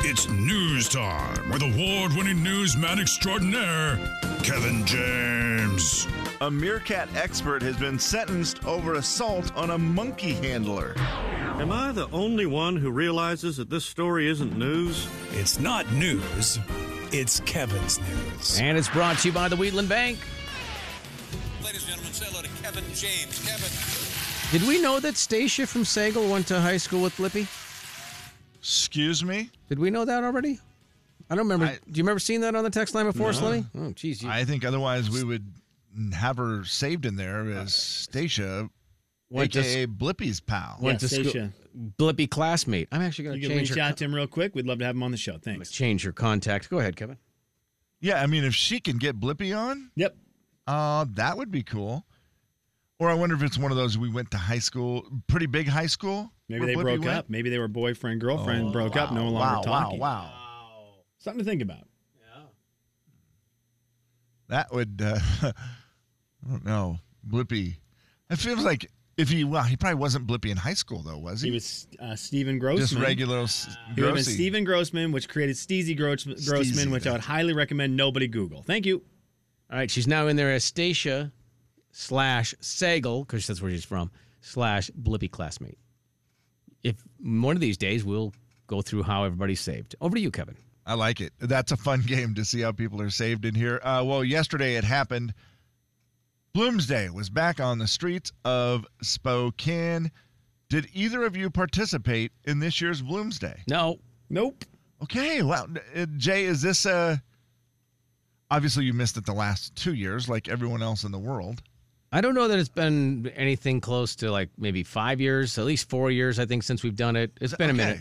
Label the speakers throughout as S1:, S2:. S1: It's news time with award winning newsman extraordinaire, Kevin James.
S2: A meerkat expert has been sentenced over assault on a monkey handler.
S3: Am I the only one who realizes that this story isn't news?
S1: It's not news, it's Kevin's news.
S4: Eh?
S5: And it's brought to you by the Wheatland Bank.
S6: Ladies and gentlemen, say hello to Kevin James. Kevin.
S5: Did we know that Stacia from Sagal went to high school with Lippy?
S2: Excuse me?
S5: Did we know that already? I don't remember.
S2: I-
S5: Do you remember seeing that on the text line before, Slimmy? Oh, jeez. you-
S2: I think otherwise we would have her saved in there as Stacia,
S5: Went to
S2: aka Blippy's pal.
S5: Went
S7: Yeah,
S5: to school.
S7: Stacia.
S5: Blippy classmate. I'm
S2: uh,
S5: actually going
S7: You
S5: to
S7: can
S5: change
S7: reach
S5: her.
S7: out to him real quick. We'd love to have him on the show.
S5: con-
S7: Thanks.
S5: change her contact. Go ahead, Kevin.
S2: Yeah, I mean, if she can get Blippy on,
S7: Yep.
S2: uh, that would be cool. Or I wonder if it's one of those we went to high school, pretty big high school.
S7: Maybe
S2: where
S7: they
S2: Blippi
S7: broke
S2: went.
S7: up. Maybe they were boyfriend, girlfriend, broke up, no
S2: Oh,
S7: longer
S2: wow,
S7: talking.
S2: Wow, wow.
S7: Something to think about.
S2: That would, uh, I don't know, Blippy. It feels like if he, well, he probably wasn't Blippy in high school though, was he?
S7: He was uh, Stephen Grossman.
S2: just regular. s-
S7: He would have been
S2: grossy.
S7: Stephen Grossman, which created Steezy Gross- Grossman,
S2: Steezy,
S7: which I would highly recommend nobody Google. Thank you.
S5: All right, she's now in there as Stacia slash Sagal, because that's where she's from, slash Blippy classmate. If one of these days we'll go through how everybody's saved. Over to you, Kevin.
S2: I like it. That's a fun game to see how people are saved in here. Uh, well, yesterday it happened. Bloomsday was back on the streets of Spokane. Did either of you participate in this year's Bloomsday?
S5: No,
S7: Nope.
S2: Okay. Well, uh, Jay, is this uh Obviously, you missed it the last two years, like everyone else in the world.
S5: I don't know that it's been anything close to like maybe five years, at least four years, I think, since we've done it. It's been a
S2: Okay.
S5: minute.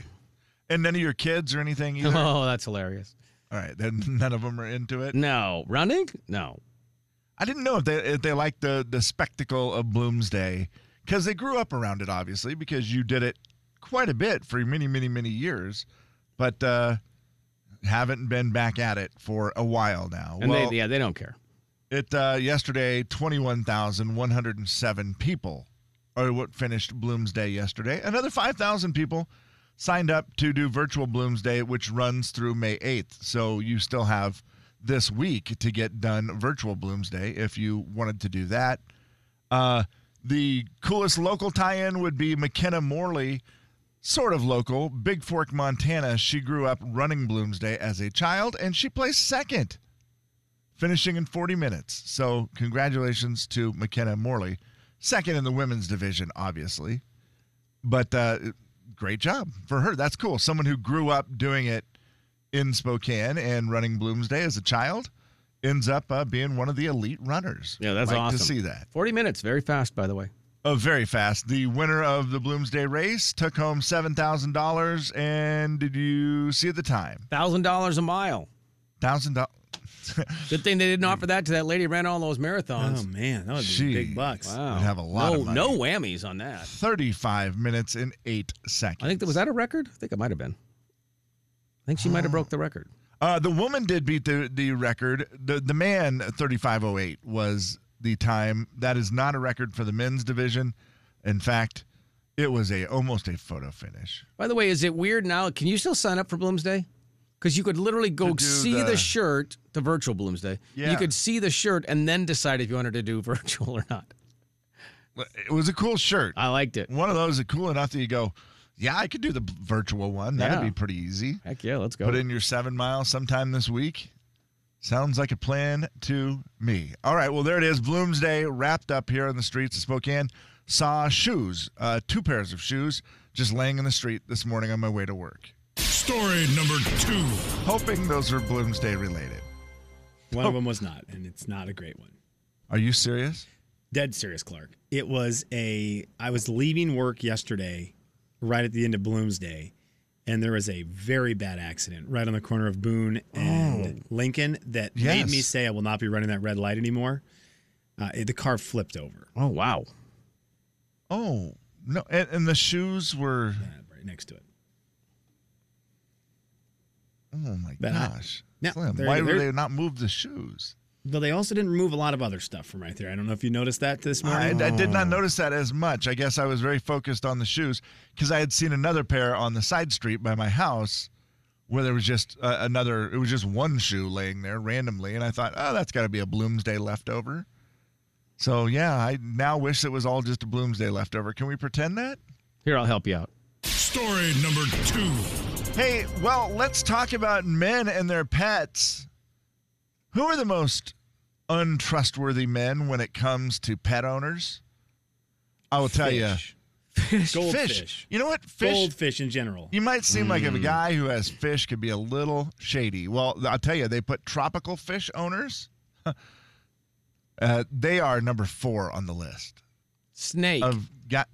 S2: And none of your kids or anything either. All
S5: Oh, that's hilarious.
S2: right, then none of them are into it.
S5: No. Running? No.
S2: I didn't know if they if they liked the the spectacle of Bloomsday because they grew up around it, obviously, because you did it quite a bit for many, many, many years, but uh, haven't been back at it for a while now.
S5: And
S2: well,
S5: they, yeah, they don't care.
S2: it uh, yesterday twenty one thousand one hundred and seven people are what finished Bloomsday yesterday. Another five thousand people signed up to do virtual Bloomsday, which runs through May eighth. So you still have this week to get done virtual Bloomsday if you wanted to do that. Uh, the coolest local tie-in would be McKenna Morley, sort of local, Big Fork, Montana. She grew up running Bloomsday as a child, and she placed second finishing in 40 minutes. So, congratulations to McKenna Morley, second in the women's division, obviously. But uh, great job for her. That's cool. Someone who grew up doing it in Spokane and running Bloomsday as a child ends up uh, being one of the elite runners.
S5: Yeah, that's
S2: like
S5: awesome.
S2: to see that.
S5: 40 minutes, very fast, by the way.
S2: Oh, very fast. The winner of the Bloomsday race took home seven thousand dollars. And did you see the time?
S5: $1,000 a mile.
S2: Thousand dollars.
S5: Good thing they
S2: Mm.
S5: didn't offer that to that lady who ran all those
S7: Oh,
S5: marathons.
S7: man. That would be
S2: Gee.
S7: big bucks.
S5: wow.
S2: We'd have a lot
S5: no,
S2: of money.
S5: no whammies on that.
S2: 35 minutes and 8 seconds.
S5: I think that was that a record? I think it might have been. I think she might
S2: Ah.
S5: have broke the record.
S2: Uh, the woman did beat the, the record. The the man 3508 was the time. That is not a record for the men's division. In fact, it was a almost a photo finish.
S5: By the way, is it weird now? Can you still sign up for Bloomsday? Because you could literally
S2: To
S5: go
S2: do
S5: see the,
S2: the-
S5: shirt, the virtual Bloomsday. You
S2: Yeah.
S5: could see the shirt and then decide if you wanted to do virtual or not.
S2: It was a cool shirt.
S5: I liked it.
S2: One of those that cool enough that you go, yeah, I could do the b- virtual one. That'd
S5: Yeah.
S2: be pretty easy.
S5: Heck yeah, let's go.
S2: Put in your seven miles sometime this week. Sounds like a plan to me. All right, well, there it is. Bloomsday wrapped up here on the streets of Spokane. Saw shoes, uh, two pairs of shoes, just laying in the street this morning on my way to work.
S1: Story number two.
S2: Hoping those were Bloomsday related.
S7: One of them was not, and it's not a great one.
S2: Are you serious?
S7: Dead serious, Clark. It was a. I was leaving work yesterday, right at the end of Bloomsday, and there was a very bad accident right on the corner of Boone and Lincoln that
S2: Oh. Yes.
S7: made me say I will not be running that red light anymore. Uh, it- the car flipped over
S5: Oh wow.
S2: Oh, no. And, and the shoes were,
S7: uh, right next to it.
S2: oh my
S7: But I-
S2: gosh.
S7: No,
S2: Slim,
S7: they're-
S2: why would
S7: they're-
S2: they not move the shoes?
S7: Though they also didn't remove a lot of other stuff from right there. I don't know if you noticed that this
S2: I,
S7: morning.
S2: I did not notice that as much. I guess I was very focused on the shoes because I had seen another pair on the side street by my house where there was just uh, another, it was just one shoe laying there randomly. And I thought, oh, that's got to be a Bloomsday leftover. So yeah, I now wish it was all just a Bloomsday leftover. Can we pretend that?
S5: Here, I'll help you out.
S1: Story number two.
S2: Hey, well, let's talk about men and their pets. Who are the most untrustworthy men when it comes to pet owners? I will tell you.
S7: Fish. Goldfish.
S2: You know what? Fish.
S7: Goldfish in general.
S2: You might seem like if a guy who has fish could be a little shady. Well, I'll tell you, they put tropical fish owners. uh, they are number four on the list
S5: Snake.
S2: of got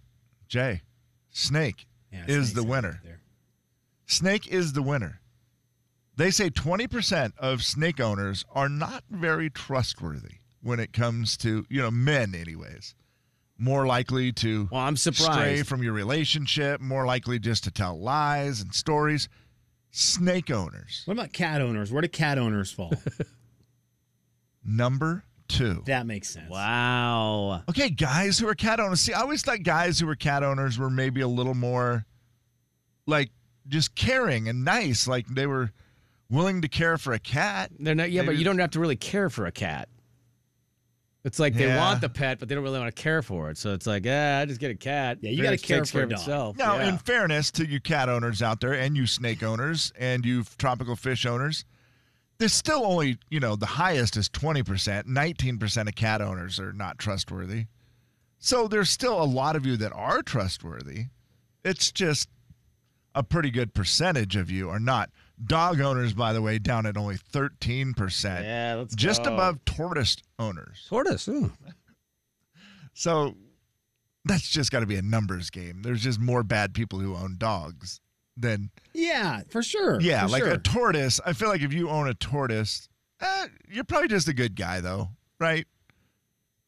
S2: Jay. Snake
S7: Yeah,
S2: is
S7: snakes
S2: the
S7: out
S2: winner.
S7: there.
S2: Snake is the winner. They say 20% of snake owners are not very trustworthy when it comes to, you know, men anyways. More likely to
S5: well, I'm
S2: stray
S5: surprised.
S2: from your relationship, more likely just to tell lies and stories. Snake owners,
S7: What about cat owners? Where do cat owners fall?
S2: number 2.
S7: that makes sense.
S5: Wow.
S2: Okay, guys who are cat owners. See, I always thought guys who were cat owners were maybe a little more like just caring and nice, like they were willing to care for a cat.
S5: They're not. Yeah, but
S2: Maybe-
S5: you don't have to really care for a cat. It's like they
S2: Yeah.
S5: want the pet, but they don't really want to care for it. So it's like, ah, just get a cat.
S7: Yeah, you
S5: Figure
S7: gotta
S5: it
S7: care
S5: takes
S7: for
S5: care
S7: a
S5: of
S7: dog.
S5: itself.
S2: Now,
S5: yeah.
S2: in fairness to you cat owners out there and you snake owners and you tropical fish owners, there's still only, you know, the highest is 20%. 19% of cat owners are not trustworthy. So there's still a lot of you that are trustworthy. It's just a pretty good percentage of you are not. Dog owners, by the way, down at only 13%.
S5: yeah, let's
S2: just
S5: go.
S2: above tortoise owners.
S5: tortoise. ooh.
S2: So that's just got to be a numbers game. There's just more bad people who own dogs than
S7: Yeah, for sure.
S2: yeah,
S7: for
S2: like
S7: sure.
S2: a tortoise. I feel like if you own a tortoise, eh, you're probably just a good guy though, right?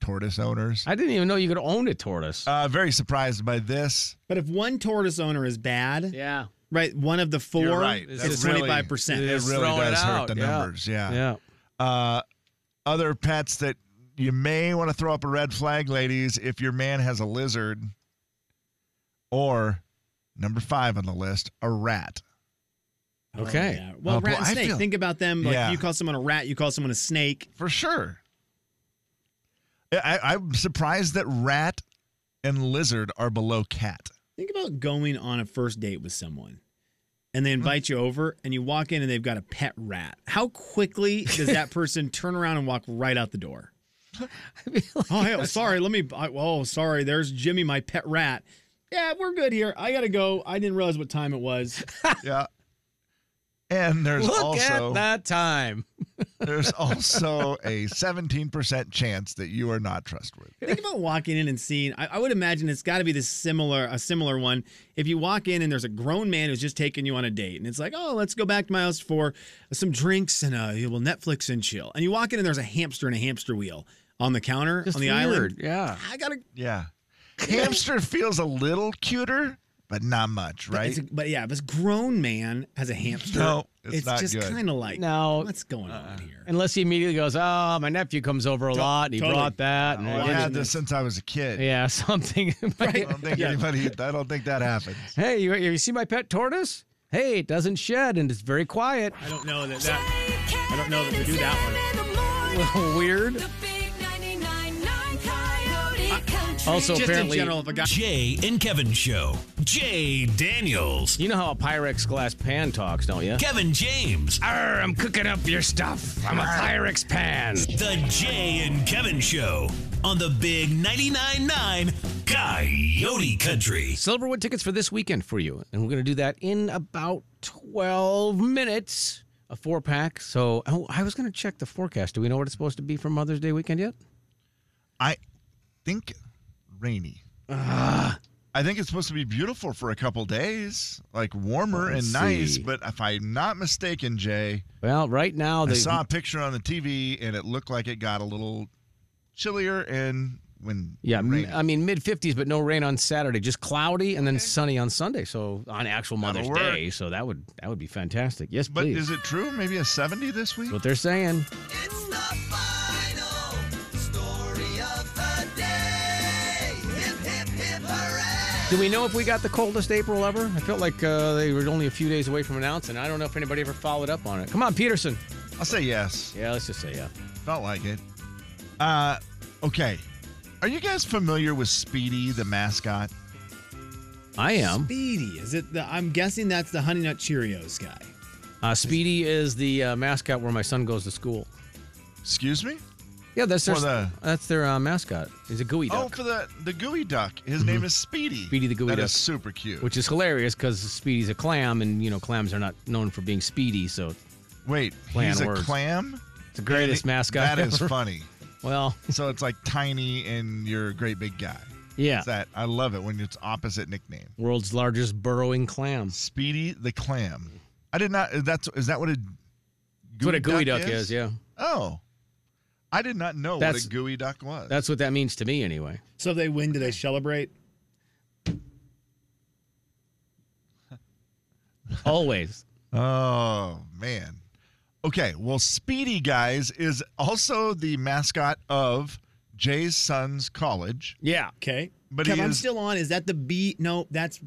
S2: Tortoise owners.
S5: I didn't even know you could own a tortoise.
S2: Uh, very surprised by this.
S7: but if one tortoise owner is bad,
S5: yeah.
S7: right, one of the 4
S2: You're right.
S7: is
S2: That really-
S7: 25%.
S2: It
S5: Just
S2: really
S5: throwing
S2: does hurt
S5: it out,
S2: the
S5: yeah.
S2: numbers. Yeah.
S5: Yeah.
S2: Uh, other pets that you may want to throw up a red flag, ladies, if your man has a lizard or number five on the list, a rat.
S7: I don't
S5: Okay.
S7: like that. Well,
S2: Oh, boy,
S7: rat and
S2: I
S7: snake.
S2: feel-
S7: Think about them. Like
S2: Yeah.
S7: you call someone a rat, you call someone a snake.
S2: for sure. I, I- I'm surprised that rat and lizard are below cat.
S7: Think about going on a first date with someone and they invite you over and you walk in and they've got a pet rat. How quickly does that person turn around and walk right out the door? oh, hey, oh, sorry. Let me. I, oh, sorry. There's Jimmy, my pet rat. Yeah, we're good here. I got to go. I didn't realize what time it was.
S2: yeah. And there's
S5: Look at
S2: also
S5: that time.
S2: there's also a 17% chance that you are not trustworthy.
S7: Think about walking in and seeing. I, I would imagine it's got to be this similar, a similar one. If you walk in and there's a grown man who's just taking you on a date, and it's like, oh, let's go back to my house for some drinks and uh, well, Netflix and chill. And you walk in and there's a hamster and a hamster wheel on the counter
S5: Just
S7: on the
S5: weird.
S7: island.
S5: Yeah.
S7: I gotta.
S2: Yeah. Hamster feels a little cuter, but not much,
S7: But,
S2: right?
S7: it's a- but yeah, this grown man has a hamster.
S2: No, it's not
S7: just
S2: good. Uh-uh.
S7: kind of like,
S5: No.
S7: what's going on here?
S5: Unless he immediately goes, oh, my nephew comes over a lot. And he
S7: totally.
S5: brought that. And
S2: Well, I've had this since I was a kid.
S5: yeah, something.
S2: I don't think
S7: Yeah.
S2: anybody I don't think that happens.
S5: Hey, you, you see my pet tortoise? Hey, it doesn't shed and it's very quiet.
S7: I don't know that that. I don't know that we do that
S5: A little weird. Also,
S7: Just in
S5: apparently,
S7: general, if a guy.
S8: Jay and Kevin Show. Jay Daniels.
S5: you know how a Pyrex glass pan talks, don't you?
S8: Kevin James.
S5: Arr, I'm cooking up your stuff. I'm a Pyrex pan.
S8: The Jay and Kevin Show on the Big 99.9 9 Coyote Country.
S5: Silverwood tickets for this weekend for you. And we're going to do that in about 12 minutes. A four pack. So oh, I was going to check the forecast. Do we know what it's supposed to be for Mother's Day weekend yet?
S2: I think rainy. I think it's supposed to be beautiful for a couple days, like warmer
S5: Let's
S2: and nice.
S5: see.
S2: But if I'm not mistaken, Jay,
S5: Well, right now,
S2: I
S5: the,
S2: saw a picture on the TV and it looked like it got a little chillier and when
S5: Yeah, m-
S2: rainy.
S5: I mean mid 50s, but no rain on Saturday. Just cloudy and then sunny on Sunday. So on actual
S2: That'll
S5: Mother's
S2: work.
S5: Day, so that would that would be fantastic. Yes,
S2: but
S5: please.
S2: is it true? Maybe a 70 this week?
S5: That's what they're saying.
S9: It's the final story of the day. Hip, hip, hip, hooray!
S5: Do we know if we got the coldest April ever? I felt like uh, they were only a few days away from announcing. I don't know if anybody ever followed up on it. Come on, Peterson.
S2: I'll say yes.
S5: Yeah, let's just say yeah.
S2: Felt like it. Uh, okay. Are you guys familiar with Speedy, the mascot?
S5: I am.
S7: Speedy. Is it? The, I'm guessing that's the Honey Nut Cheerios guy.
S5: Uh, Speedy is the uh, mascot where my son goes to school.
S2: Excuse me?
S5: Yeah, that's their
S2: For the-
S5: that's their uh, mascot. He's a gooey
S2: Oh,
S5: duck, Mm-hmm.
S2: for the the gooey duck. His name is Speedy.
S5: Speedy the gooey
S2: That
S5: duck.
S2: is super cute.
S5: which is hilarious because Speedy's a clam, and you know clams are not known for being speedy. So
S2: Wait,
S5: Play
S2: he's
S5: on
S2: a
S5: words.
S2: clam?
S5: it's the greatest mascot.
S2: That is
S5: ever.
S2: funny.
S5: Well,
S2: So it's like tiny and you're a great big guy.
S5: yeah,
S2: It's that I love it when it's opposite nickname.
S5: world's largest burrowing clam. That's
S2: Speedy the clam. I did not. That's is that what a gooey
S5: what a gooey duck, is. Yeah,
S2: Oh, I did not know
S5: That's-
S2: what a gooey duck was.
S5: that's what that means to me anyway.
S7: So if they win, do they celebrate?
S5: Always.
S2: oh man. Okay. Well, Speedy guys is also the mascot of Jay's son's college.
S5: Yeah.
S7: Okay.
S2: But
S7: Kev,
S2: he
S7: I'm
S2: is-
S7: still on. Is that the B? No, that's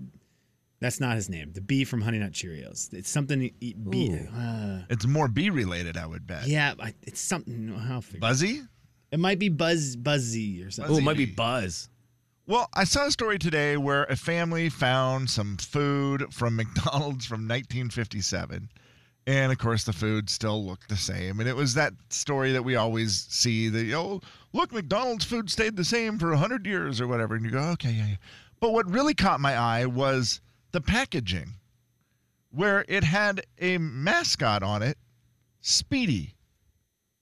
S7: that's not his name. The B from Honey Nut Cheerios. It's something to eat B. Uh,
S2: It's more bee related, I would bet.
S7: yeah, I, it's something. I'll figure.
S2: Buzzy.
S7: it might be Buzz Buzzy or something.
S5: Oh, it might be Buzz.
S2: Well, I saw a story today where a family found some food from McDonald's from 1957. And of course, the food still looked the same. And it was that story that we always see that, oh, look, McDonald's food stayed the same for 100 years or whatever. And you go, okay, yeah, yeah. But what really caught my eye was the packaging, where it had a mascot on it, Speedy,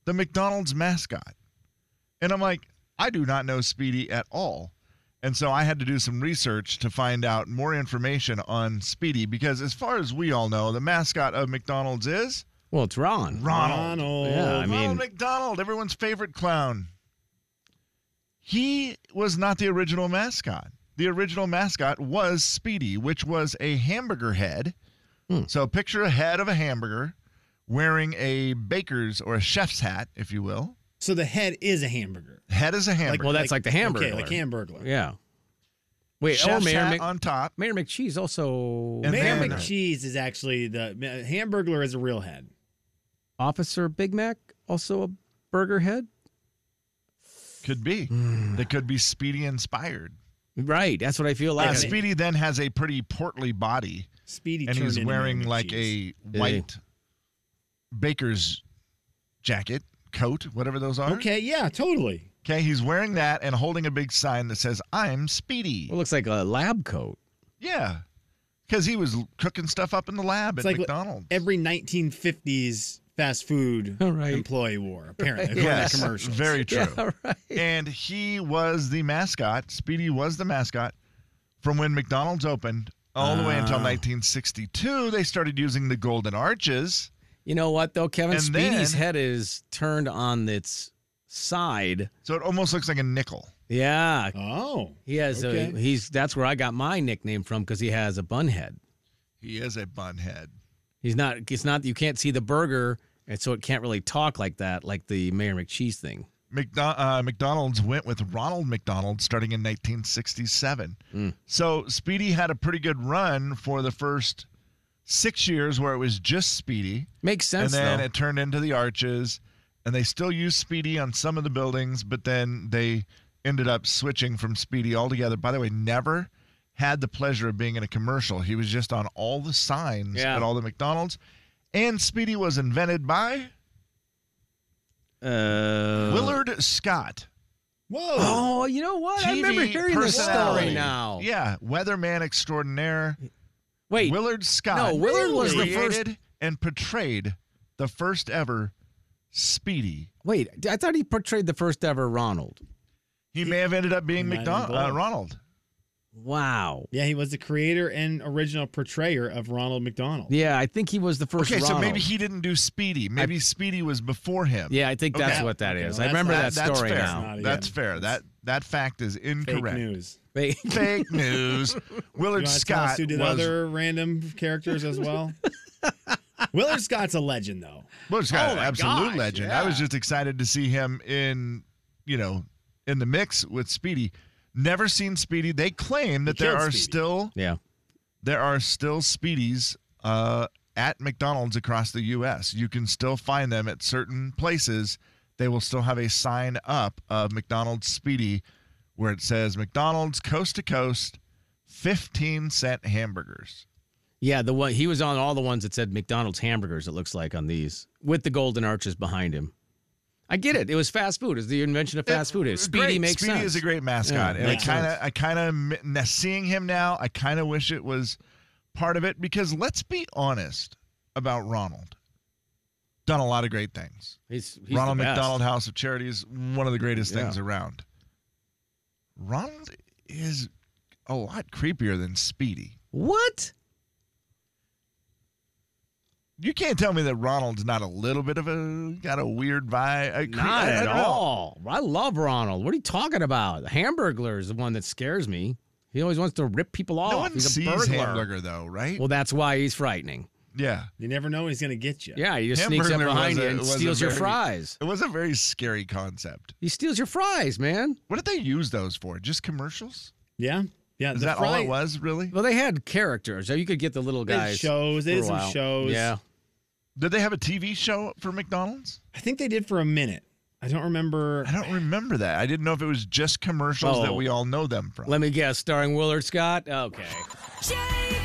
S2: the McDonald's mascot. And I'm like, I do not know Speedy at all. And so I had to do some research to find out more information on Speedy because, as far as we all know, the mascot of McDonald's is
S5: Well, it's Ron.
S2: Ronald.
S7: Ronald.
S5: Yeah, I mean,
S2: Ronald McDonald, everyone's favorite clown. He was not the original mascot. The original mascot was Speedy, which was a hamburger head.
S5: Hmm.
S2: So picture a head of a hamburger wearing a baker's or a chef's hat, if you will.
S7: So the head is a hamburger.
S2: Head is a hamburger.
S5: well, that's like, the hamburger.
S7: Okay, like hamburger.
S5: Yeah. Wait,
S2: chef's
S5: oh, Mayor,
S2: hat
S5: Mc-
S2: on top.
S5: Mayor McCheese also
S2: And
S7: Mayor
S2: then-
S7: McCheese is actually the uh, hamburger is a real head.
S5: Officer Big Mac also a burger head.
S2: Could be.
S7: Hmm.
S2: That could be Speedy inspired.
S5: Right, that's what I feel
S2: Yeah,
S5: like.
S2: Speedy then has a pretty portly body,
S7: Speedy
S2: and
S7: turned
S2: he's
S7: into
S2: wearing
S7: Mayor
S2: like
S7: McCheese.
S2: a white baker's jacket, coat, whatever those are.
S7: Okay, yeah, totally.
S2: Okay, he's wearing that and holding a big sign that says, I'm Speedy.
S5: Well, it looks like a lab coat.
S2: yeah. Because he was cooking stuff up in the lab
S7: It's
S2: at
S7: like what
S2: McDonald's.
S7: every 1950s fast food
S5: All right.
S7: employee wore, apparently, according
S2: Yes,
S7: to commercials.
S2: Very true.
S5: Yeah, right.
S2: and he was the mascot. Speedy was the mascot from when McDonald's opened all
S7: Ah.
S2: the way until 1962. They started using the golden arches.
S5: You know what though, Kevin?
S2: And
S5: Speedy's
S2: then-
S5: head is turned on its side.
S2: So it almost looks like a nickel.
S5: Yeah,
S7: Oh,
S5: he has.
S7: okay.
S5: A, he's that's where I got my nickname from because he has a bun head.
S2: He is a bun head.
S5: He's not. It's not. You can't see the burger, and so it can't really talk like that, like the Mayor McCheese thing.
S2: McDo- uh, McDonald's went with Ronald McDonald starting in 1967.
S5: Hmm.
S2: So Speedy had a pretty good run for the first six years where it was just Speedy.
S5: Makes sense
S2: and then
S5: though.
S2: it turned into the arches and they still use speedy on some of the buildings but then they ended up switching from speedy altogether by the way never had the pleasure of being in a commercial he was just on all the signs
S5: Yeah.
S2: at all the mcdonald's and speedy was invented by
S5: uh,
S2: willard scott
S7: whoa.
S5: Oh, you know what? I remember
S2: TV
S5: hearing this story
S2: personality.
S5: now.
S2: yeah weatherman extraordinaire
S5: Wait,
S2: willard scott
S5: no, Willard was the first-
S2: created and portrayed the first ever speedy
S5: wait. I thought he portrayed the first ever Ronald.
S2: he, may have ended up being
S7: might have been
S2: McDonald, uh,
S7: both.
S2: ronald
S5: Wow.
S7: Yeah, he was the creator and original portrayer of Ronald McDonald.
S5: Yeah, I think he was the first.
S2: Okay, so
S5: Ronald.
S2: maybe he didn't do Speedy. Maybe Speedy was before him.
S5: Yeah, I think that's
S7: Okay.
S5: what that is.
S7: Okay, well,
S5: I
S7: that's
S5: remember
S7: not-
S5: that,
S2: that's
S5: story
S2: fair.
S5: now.
S7: Not
S2: That's
S7: yet.
S2: fair. That that fact is
S7: Fake
S2: incorrect.
S7: news.
S5: Wait,
S2: Fake news.
S7: You
S2: Willard
S7: want to tell us
S2: Scott
S7: who did
S2: was
S7: other random characters as well? Willard Scott's a legend, though.
S2: Willard Scott,
S5: Oh my
S2: absolute
S5: gosh,
S2: legend. I was just excited to see him in, you know, in the mix with Speedy. Never seen Speedy. They claim that
S7: He
S2: there
S7: killed
S2: are
S7: Speedy.
S2: still
S5: Yeah.
S2: there are still Speedies uh, at McDonald's across the U.S. You can still find them at certain places. They will still have a sign up of McDonald's Speedy where it says McDonald's coast to coast, 15 cent hamburgers.
S5: Yeah, the one he was on all the ones that said McDonald's hamburgers. It looks like on these with the golden arches behind him. I get it. It was fast food. Is the invention of fast food is Speedy
S2: Great.
S5: makes
S2: Speedy
S5: sense.
S2: is a great mascot,
S5: Yeah,
S2: and I
S5: makes
S2: kind of,
S5: sense.
S2: I kind of seeing him now. I kind of wish it was part of it because let's be honest about Ronald. Done a lot of great things.
S5: He's, he's
S2: Ronald
S5: the best.
S2: McDonald House of Charity is one of the greatest
S5: Yeah.
S2: things around. Ronald is a lot creepier than Speedy.
S5: What?
S2: You can't tell me that Ronald's not a little bit of a got a weird vibe. a cre-
S5: Not
S2: I- I
S5: at
S2: don't know.
S5: all. I love Ronald. What are you talking about? The Hamburglar is the one that scares me. He always wants to rip people off.
S2: No one
S5: he's a
S2: sees
S5: burglar.
S2: Hamburger though, right?
S5: Well, that's why he's frightening.
S2: yeah.
S7: You never know when he's going to get you.
S5: Yeah, he just sneaks up
S2: Hamburglar was
S5: behind
S2: a-
S5: you and
S2: was a
S5: steals your
S2: very-
S5: fries.
S2: It was a very scary concept.
S5: He steals your fries, man.
S2: What did they use those for? Just commercials?
S7: Yeah. Yeah.
S2: Is
S7: the
S2: that all
S7: fry-
S2: it was, really?
S5: Well, they had characters. So you could get the little
S7: They had
S5: guys.
S7: shows. They
S5: for
S7: did
S5: a
S7: some
S5: while.
S7: shows.
S5: Yeah.
S2: Did they have a TV show for McDonald's?
S7: I think they did for a minute. I don't remember.
S2: I don't remember that. I didn't know if it was just commercials that
S5: Oh.
S2: we all know them from.
S5: Let me guess. Starring Willard Scott. Okay.
S9: Jay,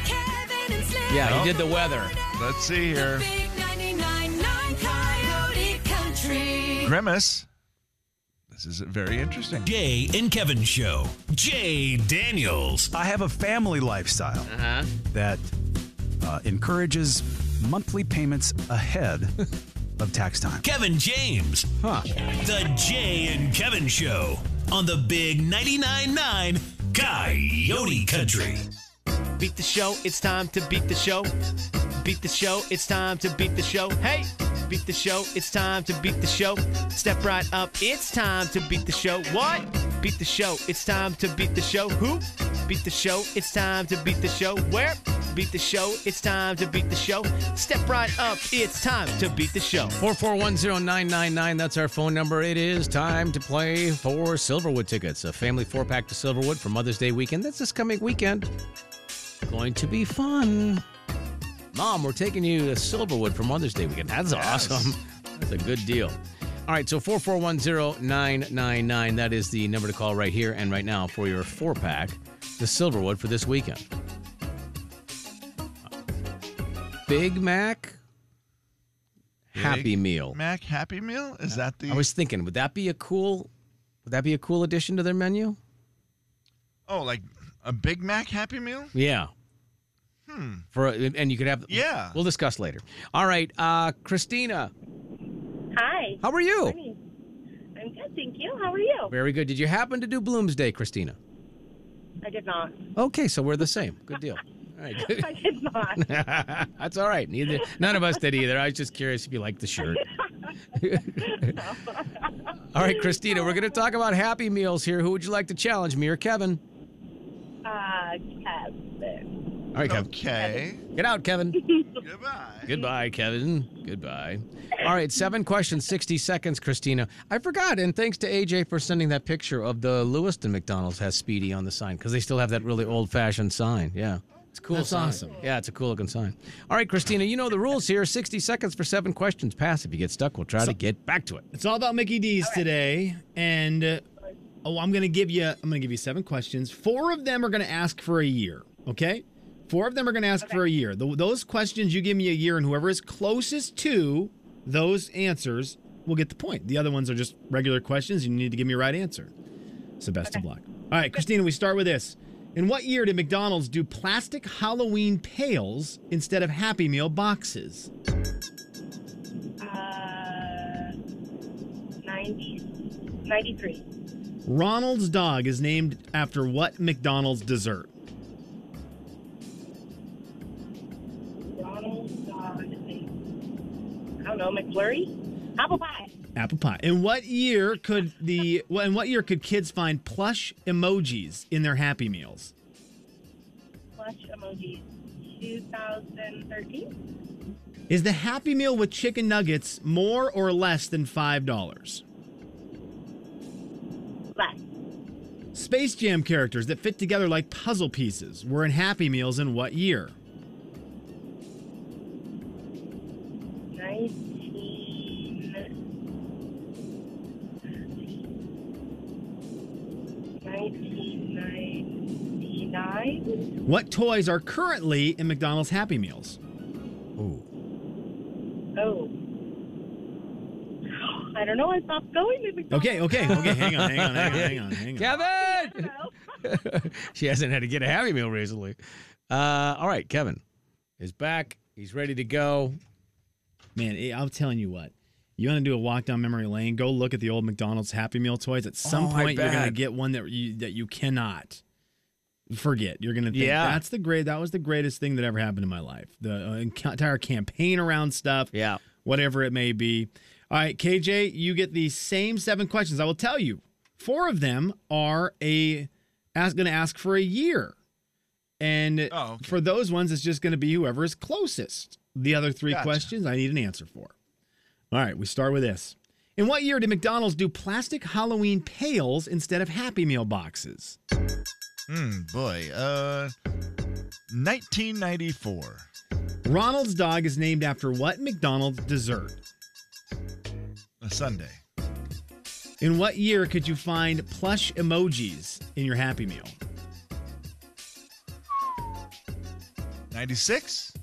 S9: Kevin, and Slim.
S5: Yeah,
S2: Oh.
S5: he did the weather.
S2: Let's see here.
S9: Big 99.9 Coyote Country.
S2: Grimace. This is very interesting.
S8: Jay and Kevin Show. Jay Daniels.
S4: I have a family lifestyle
S5: Uh-huh.
S4: that uh, encourages monthly payments ahead of tax time.
S8: Kevin James.
S5: Huh.
S8: The Jay and Kevin Show on the Big 99.9 9 Coyote Country.
S10: Beat the show, it's time to beat the show. Beat the show, it's time to beat the show. Hey! Beat the show, it's time to beat the show. Step right up, it's time to beat the show. What? Beat the show, it's time to beat the show. Who? Beat the show, it's time to beat the show. Where? Beat the show, it's time to beat the show. Step right up, it's time to beat the show.
S5: 4410999, that's our phone number. It is time to play for Silverwood tickets, a family four pack to Silverwood for Mother's Day weekend. That's this coming weekend. Going to be fun. Mom, we're taking you to Silverwood for Mother's Day weekend. That's awesome. That's a good deal. All right, so 4410999, that is the number to call right here and right now for your four pack to Silverwood for this weekend. Big Mac, Happy
S2: Big
S5: Meal.
S2: Mac Happy Meal? Is that the
S5: I was thinking, would that be a cool? Would that be a cool addition to their menu?
S2: Oh, like a Big Mac Happy Meal?
S5: Yeah. Hmm. For and you could have.
S2: Yeah.
S5: We'll discuss later. All right, uh, Christina,
S11: Hi.
S5: how are you?
S11: Morning. I'm good, thank you. How are you?
S5: Very good. Did you happen to do Bloomsday, Christina?
S11: I did not.
S5: Okay, so we're the same. Good deal. All right. Good.
S11: I did not.
S5: That's all right. Neither none of us did either. I was just curious if you liked the shirt. all right, Christina, we're going to talk about Happy Meals here. Who would you like to challenge, me or Kevin?
S11: Uh, Kevin.
S5: All right, Kevin.
S2: Okay.
S5: Oh, Get out, Kevin.
S2: Goodbye.
S5: Goodbye, Kevin. Goodbye. All right, seven questions, 60 seconds, Christina. I forgot, and thanks to AJ for sending that picture of the Lewiston McDonald's has Speedy on the sign because they still have that really old fashioned sign. Yeah. It's a cool.
S7: That's
S5: sign.
S7: awesome.
S5: Yeah, it's a cool looking sign. All right, Christina, you know the rules here 60 seconds for seven questions. Pass. If you get stuck, we'll try to get back to it.
S7: It's all about Mickey D's today, and uh, oh, I'm gonna give you I'm gonna give you seven questions. Four of them are gonna ask for a year. Okay, four of them are gonna ask for a year. Th those questions you give me a year, and whoever is closest to those answers will get the point. The other ones are just regular questions. You need to give me a right answer. So best of luck. All right, Christina, we start with this. In what year did McDonald's do plastic Halloween pails instead of Happy Meal boxes?
S11: Uh, 90, 93.
S7: Ronald's dog is named after what McDonald's dessert?
S11: Ronald, uh, I don't know, McFlurry? Apple pie.
S7: Apple pie. In what year could the well, in what year could kids find plush emojis in their Happy Meals?
S11: Plush emojis. 2013?
S7: Is the Happy Meal with chicken nuggets more or less than five dollars?
S11: Last.
S7: Space Jam characters that fit together like puzzle pieces were in Happy Meals in what year?
S11: 19. 1999.
S7: What toys are currently in McDonald's Happy Meals? Ooh.
S11: Oh. I don't know. I stopped going. to McDonald's.
S7: Okay, okay, okay. Hang on, hang on, hang on, hang on, hang on.
S5: Kevin! she hasn't had to get a Happy Meal recently. Uh, all right, Kevin is back. He's ready to go.
S7: Man, eh, I'm telling you what. You want to do a walk down memory lane? Go look at the old McDonald's Happy Meal toys. At some
S5: Oh, I
S7: point, you're going to
S5: bet.
S7: get one that you that you cannot forget. You're going to think
S5: Yeah.
S7: that's the great. That was the greatest thing that ever happened in my life. The uh, entire campaign around stuff.
S5: Yeah.
S7: Whatever it may be. All right, KJ, you get the same seven questions. I will tell you, four of them are a ask going to ask for a year. And for those ones, it's just going to be whoever is closest. The other three
S12: Gotcha.
S7: questions I need an answer for. All right, we start with this. In what year did McDonald's do plastic Halloween pails instead of Happy Meal boxes?
S2: Hmm, boy. Uh, 1994.
S7: Ronald's dog is named after what McDonald's dessert?
S2: A Sunday.
S7: In what year could you find plush emojis in your Happy Meal?
S2: 96?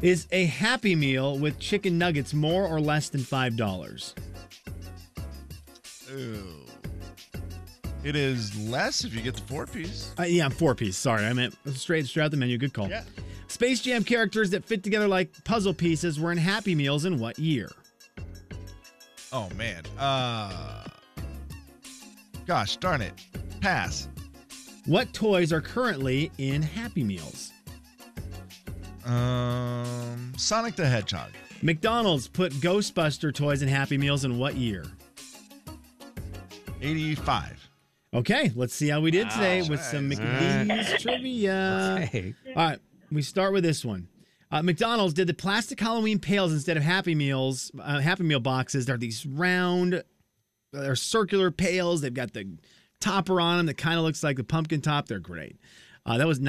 S7: Is a Happy Meal with chicken nuggets more or less than $5?
S2: Ooh. It is less if you get the four piece.
S7: Uh, yeah, four piece. Sorry, I meant straight straight out the menu. Good call.
S2: Yeah.
S7: Space Jam characters that fit together like puzzle pieces were in Happy Meals in what year?
S2: Oh, man. Uh, gosh darn it. Pass.
S7: What toys are currently in Happy Meals?
S2: Um, Sonic the Hedgehog.
S7: McDonald's put Ghostbuster toys in Happy Meals in what year?
S2: 85.
S7: Okay, let's see how we did today with some
S2: Nice.
S7: McDee's
S2: Alright.
S5: Uh,
S7: trivia.
S2: Okay.
S7: All right, we start with this one. Uh, McDonald's did the plastic Halloween pails instead of Happy Meals. Uh, Happy Meal boxes. They're these round, they're circular pails. They've got the topper on them that kind of looks like the pumpkin top. They're great. Uh, that was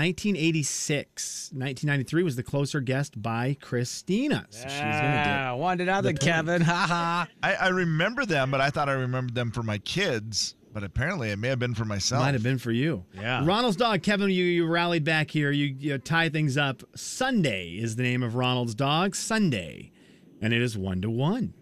S7: 1986. 1993 was the closer guest by Christina. So she's gonna get
S5: Ah, wanted out
S7: the
S5: the Kevin. Ha ha.
S2: I, I remember them, but I thought I remembered them for my kids, but apparently it may have been for myself.
S7: Might have been for you. Yeah. Ronald's dog, Kevin, you, you rallied back here. You, you tie things up. Sunday is the name of Ronald's dog, Sunday. And it is one to one.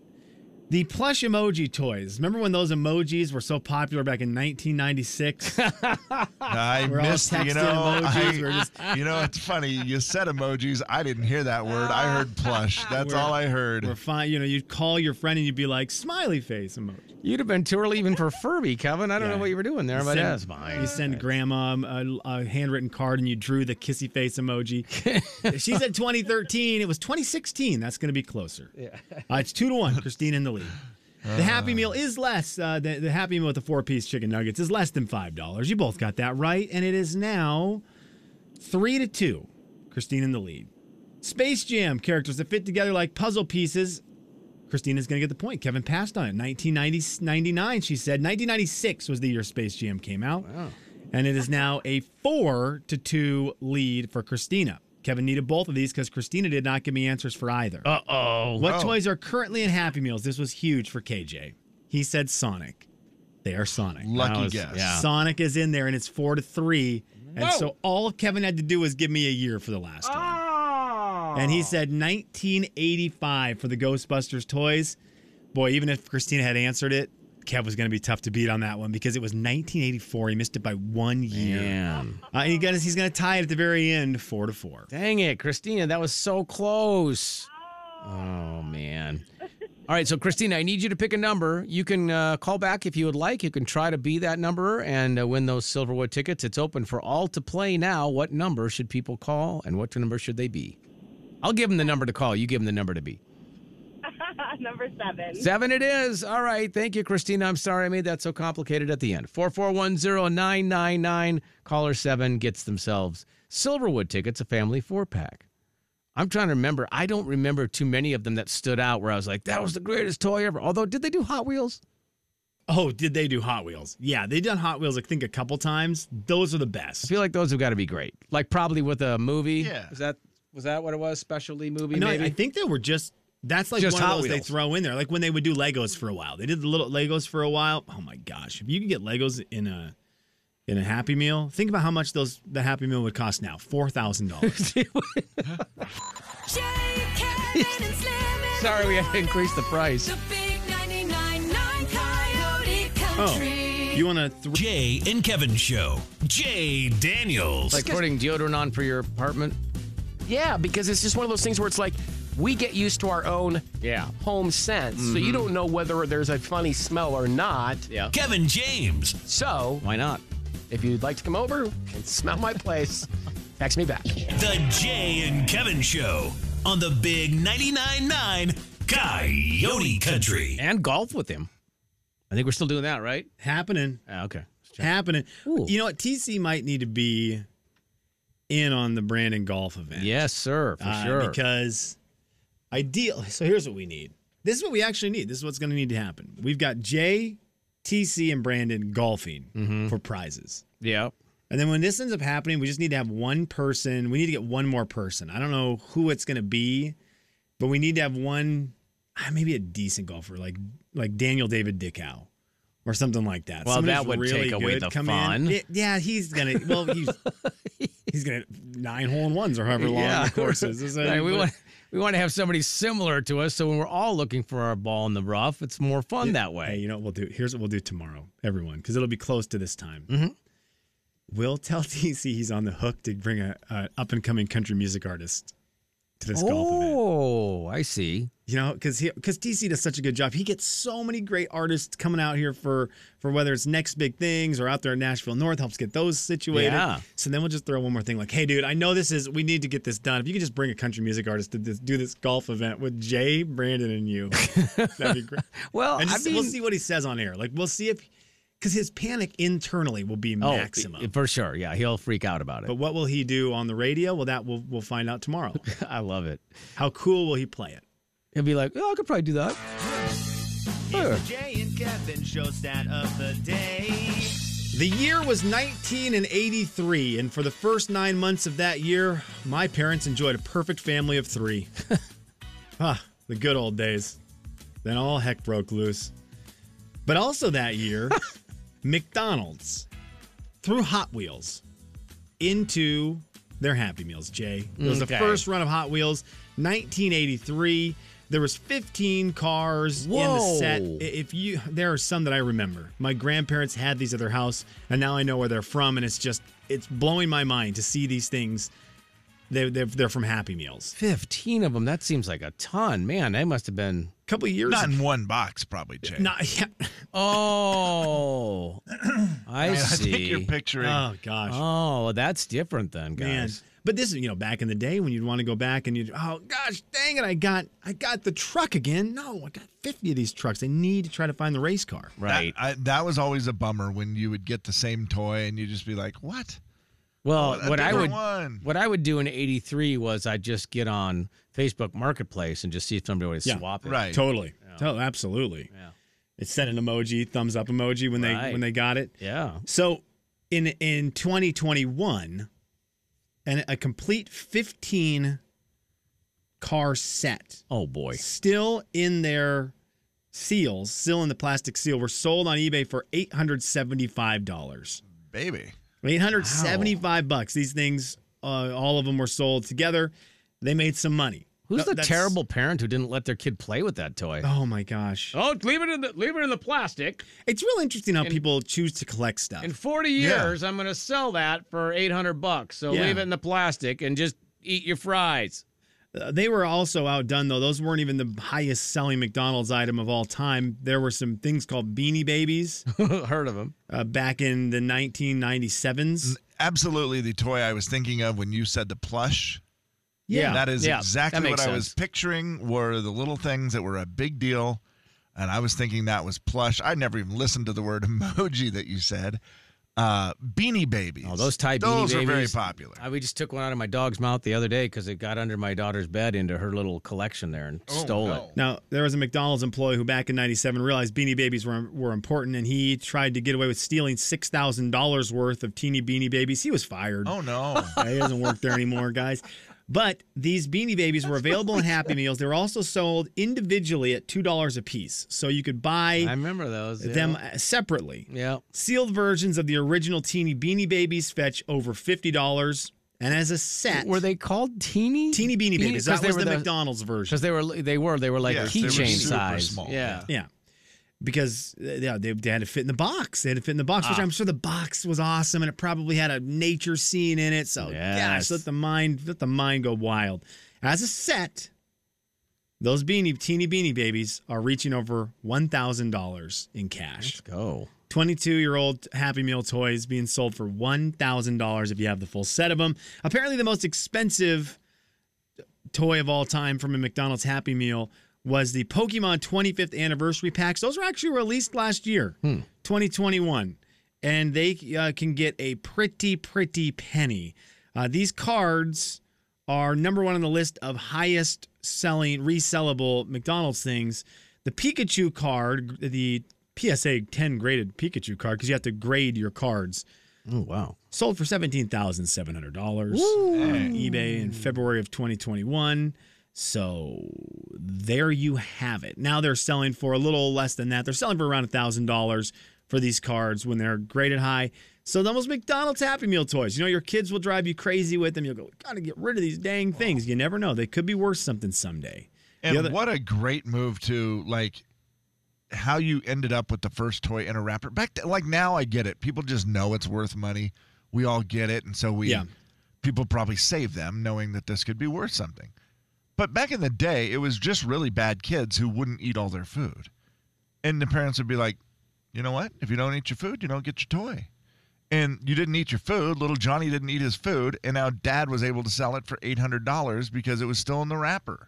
S7: The plush emoji toys. Remember when those emojis were so popular back in 1996?
S2: I
S7: We're all
S2: missed, you
S7: texting
S2: know,
S7: emojis.
S2: I-
S7: We're just-
S2: you know, it's funny. You said emojis. I didn't hear that word. I heard plush. That's
S7: We're-
S2: all I heard.
S7: We're fine. You know, you'd call your friend and you'd be like, smiley face emoji.
S5: You'd have been too early even for Furby, Kevin. I don't know what you were doing there,
S7: You
S5: but
S7: send-
S5: that's fine.
S7: You send grandma um, a, a handwritten card and you drew the kissy face emoji. she said 2013. It was 2016. That's going to be closer. Yeah. Uh, it's two to one. Christine in the lead. The Happy Meal is less. Uh, the, the Happy Meal with the four piece chicken nuggets is less than five dollars. You both got that right, and it is now three to two. Christine in the lead. Space Jam characters that fit together like puzzle pieces. Christina's going to get the point. Kevin passed on it. 1999, she said. 1996 was the year Space Jam came out. And it is now a four to two lead for Christina. Kevin needed both of these because Christina did not give me answers for either. Uh
S5: oh.
S7: What toys are currently in Happy Meals? This was huge for KJ. He said Sonic. They are Sonic.
S2: Lucky That was- guess. yeah.
S7: Sonic is in there, and it's four to three. And so all Kevin had to do was give me a year for the last one. And he said 1985 for the Ghostbusters toys. Boy, even if Christina had answered it, Kev was going to be tough to beat on that one because it was 1984. He missed it by one year. Uh, and he got, he's going to tie it at the very end, four to four.
S5: Dang it, Christina, that was so close. Oh, man. All right, so Christina, I need you to pick a number. You can uh, call back if you would like. You can try to be that number and uh, win those Silverwood tickets. It's open for all to play now. What number should people call and what number should they be? I'll give them the number to call. You give them the number to be.
S11: Number seven.
S5: Seven it is. All right. Thank you, Christina. I'm sorry I made that so complicated at the end. 4410999. Caller seven gets themselves Silverwood tickets, a family four pack. I'm trying to remember. I don't remember too many of them that stood out where I was like, that was the greatest toy ever. Although, did they do Hot Wheels?
S7: Oh, did they do Hot Wheels? Yeah, they done Hot Wheels. I think a couple times. Those are the best.
S5: I feel like those have got to be great. Like probably with a movie. Yeah. Is that was that what it was? Specialty movie?
S7: No, I-
S5: maybe?
S7: I think they were just. That's like
S5: Just
S7: one of
S5: Hot
S7: those they
S5: Wheels.
S7: throw in there. Like when they would do Legos for a while. They did the little Legos for a while. Oh my gosh! If you could get Legos in a in a Happy Meal, think about how much those the Happy Meal would cost now. Four thousand dollars.
S5: Sorry, we had to increase the price.
S9: Big 99.9 Coyote
S8: Oh,
S9: Country.
S8: you
S7: want to?
S8: Jay and Kevin Show. Jay Daniels.
S5: Like putting deodorant on for your apartment.
S12: Yeah, because it's just one of those things where it's like we get used to our own
S5: Yeah.
S12: home scents, so
S8: Mm-hmm.
S12: you
S5: Mhm.
S12: don't know whether there's a funny smell or not.
S5: Yeah.
S8: Kevin James.
S12: So
S5: why not?
S12: If you'd like to come over and smell my place, text me back.
S8: The Jay and Kevin Show on the Big 99.9 9 Coyote Country.
S5: And golf with him. I think we're still doing that, right?
S7: Happening.
S5: okay.
S7: happening. You know what? TC might need to be in on the Brandon Golf event.
S5: Yes, sir, for
S7: Uh,
S5: sure.
S7: Because ideally, so here's what we need. This is what we actually need. This is what's going to need to happen. We've got Jay, TC, and Brandon golfing
S5: Mm-hmm.
S7: for prizes.
S5: Yeah.
S7: And then when this ends up happening, we just need to have one person. We need to get one more person. I don't know who it's going to be, but we need to have one, ah, maybe a decent golfer like like Daniel David Dickow or something like that.
S5: Well,
S7: Somebody
S5: that
S7: who's
S5: would take away the
S7: come in.
S5: fun.
S7: It- yeah, he's gonna. Well, he's he's gonna nine hole in ones or however long
S5: Yeah.
S7: the course is. So-
S5: Right, we want we want to have somebody similar to us, so when we're all looking for our ball in the rough, it's more fun that way.
S7: Hey, you know what we'll do? Here's what we'll do tomorrow, everyone, because it'll be close to this time.
S5: Mm-hmm.
S7: We'll tell TC he's on the hook to bring a, a up and coming country music artist to this golf event.
S5: Oh, I see.
S7: You know, because because TC does such a good job. He gets so many great artists coming out here for for whether it's next big things or out there in Nashville North helps get those situated.
S5: Yeah.
S7: So then we'll just throw one more thing like, hey, dude, I know this is we need to get this done. If you could just bring a country music artist to this, do this golf event with Jay, Brandon, and you, that'd be great.
S5: well,
S7: and
S5: Uh, I
S7: just- we'll
S5: mean-
S7: see what he says on air. Like we'll see if because his panic internally will be
S5: Oh,
S7: maximum.
S5: i- for sure. Yeah, he'll freak out about it.
S7: but what will he do on the radio? Well, that we'll, we'll find out tomorrow.
S5: I love it.
S7: How cool will he play it?
S5: He'll be like, "Oh, I could probably do that." Sure.
S7: Jay and Kevin show stat of the day. The year was 1983, and for the first nine months of that year, my parents enjoyed a perfect family of three. ah, the good old days. Then all heck broke loose. But also that year, McDonald's threw Hot Wheels into their Happy Meals, Jay. It was the
S5: Okay.
S7: first run of Hot Wheels, 1983. There was 15 cars in the set.
S5: Whoa.
S7: I- If you there are some that I remember. My grandparents had these at their house and now I know where they're from and it's just it's blowing my mind to see these things. They they're, they're from Happy Meals.
S5: 15 of them. That seems like a ton. Man, that must have been
S7: a couple years.
S2: Not in one box, probably, Jay.
S7: Not, yeah.
S5: Oh, I
S2: I
S5: see.
S2: think you're picturing-
S7: Oh gosh.
S5: Oh, that's different then, guys.
S7: But this is, you know, back in the day when you'd want to go back and you'd, oh gosh, dang it, I got, I got the truck again. No, I got 50 of these trucks. I need to try to find the race car.
S5: Right.
S2: That, I, that was always a bummer when you would get the same toy and you'd just be like, what?
S5: Well,
S2: Oh, a
S5: what I would
S2: different one.
S5: what I would do in '83 was I would just get on Facebook Marketplace and just see if somebody would swap it.
S7: Totally. Totally. Absolutely.
S5: Yeah.
S7: It sent an emoji, thumbs up emoji when they
S5: Right.
S7: when they got it.
S5: Yeah.
S7: So in in 2021, and a complete 15 car set.
S5: Oh boy.
S7: Still in their seals, still in the plastic seal, were sold on eBay for $875.
S2: Baby.
S7: 875 bucks. These things, uh, all of them were sold together. They made some money.
S5: Who's
S7: No,
S5: the
S7: that's-
S5: terrible parent who didn't let their kid play with that toy?
S7: Oh my gosh.
S5: Oh, leave it in the leave it in the plastic.
S7: It's real interesting how people choose to collect stuff.
S5: In 40
S7: Yeah.
S5: years, I'm going to sell that for 800 bucks. So
S7: Yeah.
S5: leave it in the plastic and just eat your fries.
S7: Uh, they were also outdone though. Those weren't even the highest selling McDonald's item of all time. There were some things called Beanie Babies.
S5: Heard of them?
S7: Uh, back in the 1997s.
S2: Absolutely the toy I was thinking of when you said the plush.
S7: Yeah.
S2: That is
S7: Yeah,
S2: exactly
S7: that
S2: what
S7: makes
S2: I was
S7: sense.
S2: picturing were the little things that were a big deal. And I was thinking that was plush. I never even listened to the word emoji that you said. uh, Beanie Babies.
S5: Oh, those Thai
S2: Those
S5: Beanie
S2: are
S5: Babies.
S2: very popular.
S5: I, we just took one out of my dog's mouth the other day because it got under my daughter's bed into her little collection there and
S2: Oh,
S5: stole it.
S7: Now, there was a McDonald's employee who back in 97 realized Beanie Babies were, were important and he tried to get away with stealing $6,000 worth of teeny Beanie Babies. He was fired.
S2: Oh, no.
S7: he doesn't work there anymore, guys. But these Beanie Babies were available in Happy Meals. They were also sold individually at $2 a piece. So you could buy
S5: I remember those. yeah.
S7: them uh, separately.
S5: Yeah.
S7: Sealed versions of the original teeny Beanie Babies fetch over $50. And as a set, were
S5: they called teeny?
S7: Teeny Beanie Babies. That was the McDonald's. version
S5: because they were they were they were like
S7: Yes, they were
S5: keychain
S7: super
S5: size.
S7: small.
S5: Yeah.
S7: Yeah. Because uh, yeah, they, they had to fit in the box. They had to fit in the box, which
S5: Ah.
S7: I'm sure the box was awesome, and it probably had a nature scene in it. So
S5: Yes.
S7: gosh, let the mind let the mind go wild. As a set, those beanie teeny beanie babies are reaching over one thousand dollars in cash. Let's
S5: go.
S7: Twenty-two year old Happy Meal toys being sold for one thousand dollars if you have the full set of them. Apparently, the most expensive toy of all time from a McDonald's Happy Meal was the Pokemon 25th anniversary packs. Those were actually released last year, 2021, and they uh, can get a pretty, pretty penny. Uh, these cards are number one on the list of highest selling, resellable McDonald's things. The Pikachu card, the PSA 10 graded Pikachu card, because you have to grade your cards.
S5: Oh wow!
S7: Sold for seventeen thousand seven hundred dollars
S5: Woo.
S7: on eBay in February of 2021. So there you have it. Now they're selling for a little less than that. They're selling for around thousand dollars for these cards when they're graded high. So those McDonald's Happy Meal toys. You know your kids will drive you crazy with them. You'll go, gotta get rid of these dang things. You never know. They could be worth something someday. The
S2: And
S7: other-
S2: what a great move to like how you ended up with the first toy in a wrapper. Back to, like now, I get it. People just know it's worth money. We all get it, and so we
S7: Yeah.
S2: people probably save them knowing that this could be worth something. But back in the day, it was just really bad kids who wouldn't eat all their food, and the parents would be like, "You know what? If you don't eat your food, you don't get your toy." And you didn't eat your food. Little Johnny didn't eat his food, and now Dad was able to sell it for eight hundred dollars because it was still in the wrapper.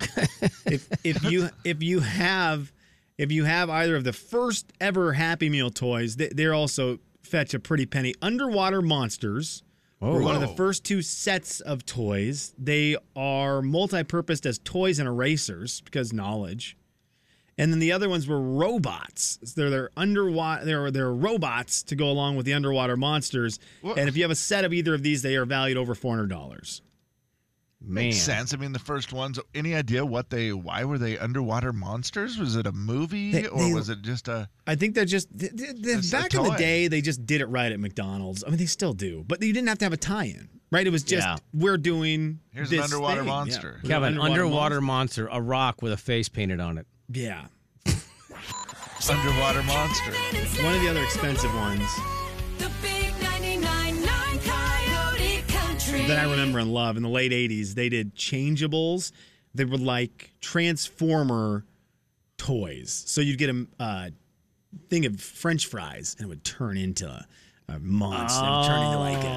S7: if if you if you have if you have either of the first ever Happy Meal toys, they, they're also fetch a pretty penny. Underwater Monsters were
S5: Oh.
S7: one of the first two sets of toys. They are multi-purposed as toys and erasers because knowledge. And then the other ones were robots. So they're they're underwater. They're they're robots to go along with the underwater monsters. And if you have a set of either of these, they are valued over four hundred dollars.
S2: Makes
S7: Man.
S2: sense. I mean, the first ones. Any idea what they? Why were they underwater monsters? Was it a movie
S7: They-
S2: or
S7: they-
S2: was it just a?
S7: I think they're just th- th- th-
S2: It's a
S7: back in the
S2: toy.
S7: day they just did it right at McDonald's. I mean they still do, but you didn't have to have a tie-in, right? It was just
S5: Yeah.
S7: we're doing
S2: Here's an
S7: this
S2: underwater
S7: thing.
S2: monster.
S7: Yeah.
S5: Kevin,
S7: Underwater
S5: underwater, monster. a rock with a face painted on it.
S7: Yeah,
S2: underwater monster.
S7: one of the other expensive ones
S9: The big 99.9 Coyote Country.
S7: that I remember and love in the late '80s. They did changeables. They were like transformer toys. So you'd get a uh, thing of French fries, and it would turn into a, a monster, It would turn into like a